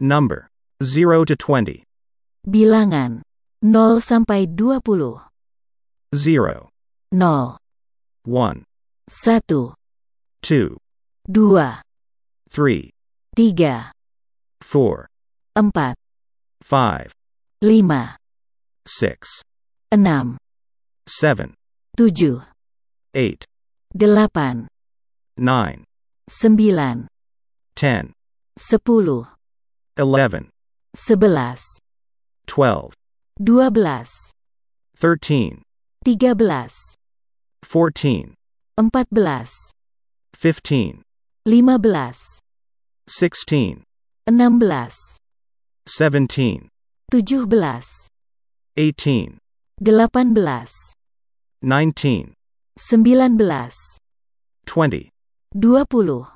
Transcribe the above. Number 0 to 20. Bilangan 0 sampai 20. 0, 0, 1, 1, 2, 2, 3, 3, 4, 4, 5, 5, 6, 6, 7, 7, 8, 8, 9, 9, 10, 10, 11, 11, 12, 12, 13, 13, 14, 14, 15, 15, 16, 16, 17, 17, 18, 18, 19, 19, 20. 20.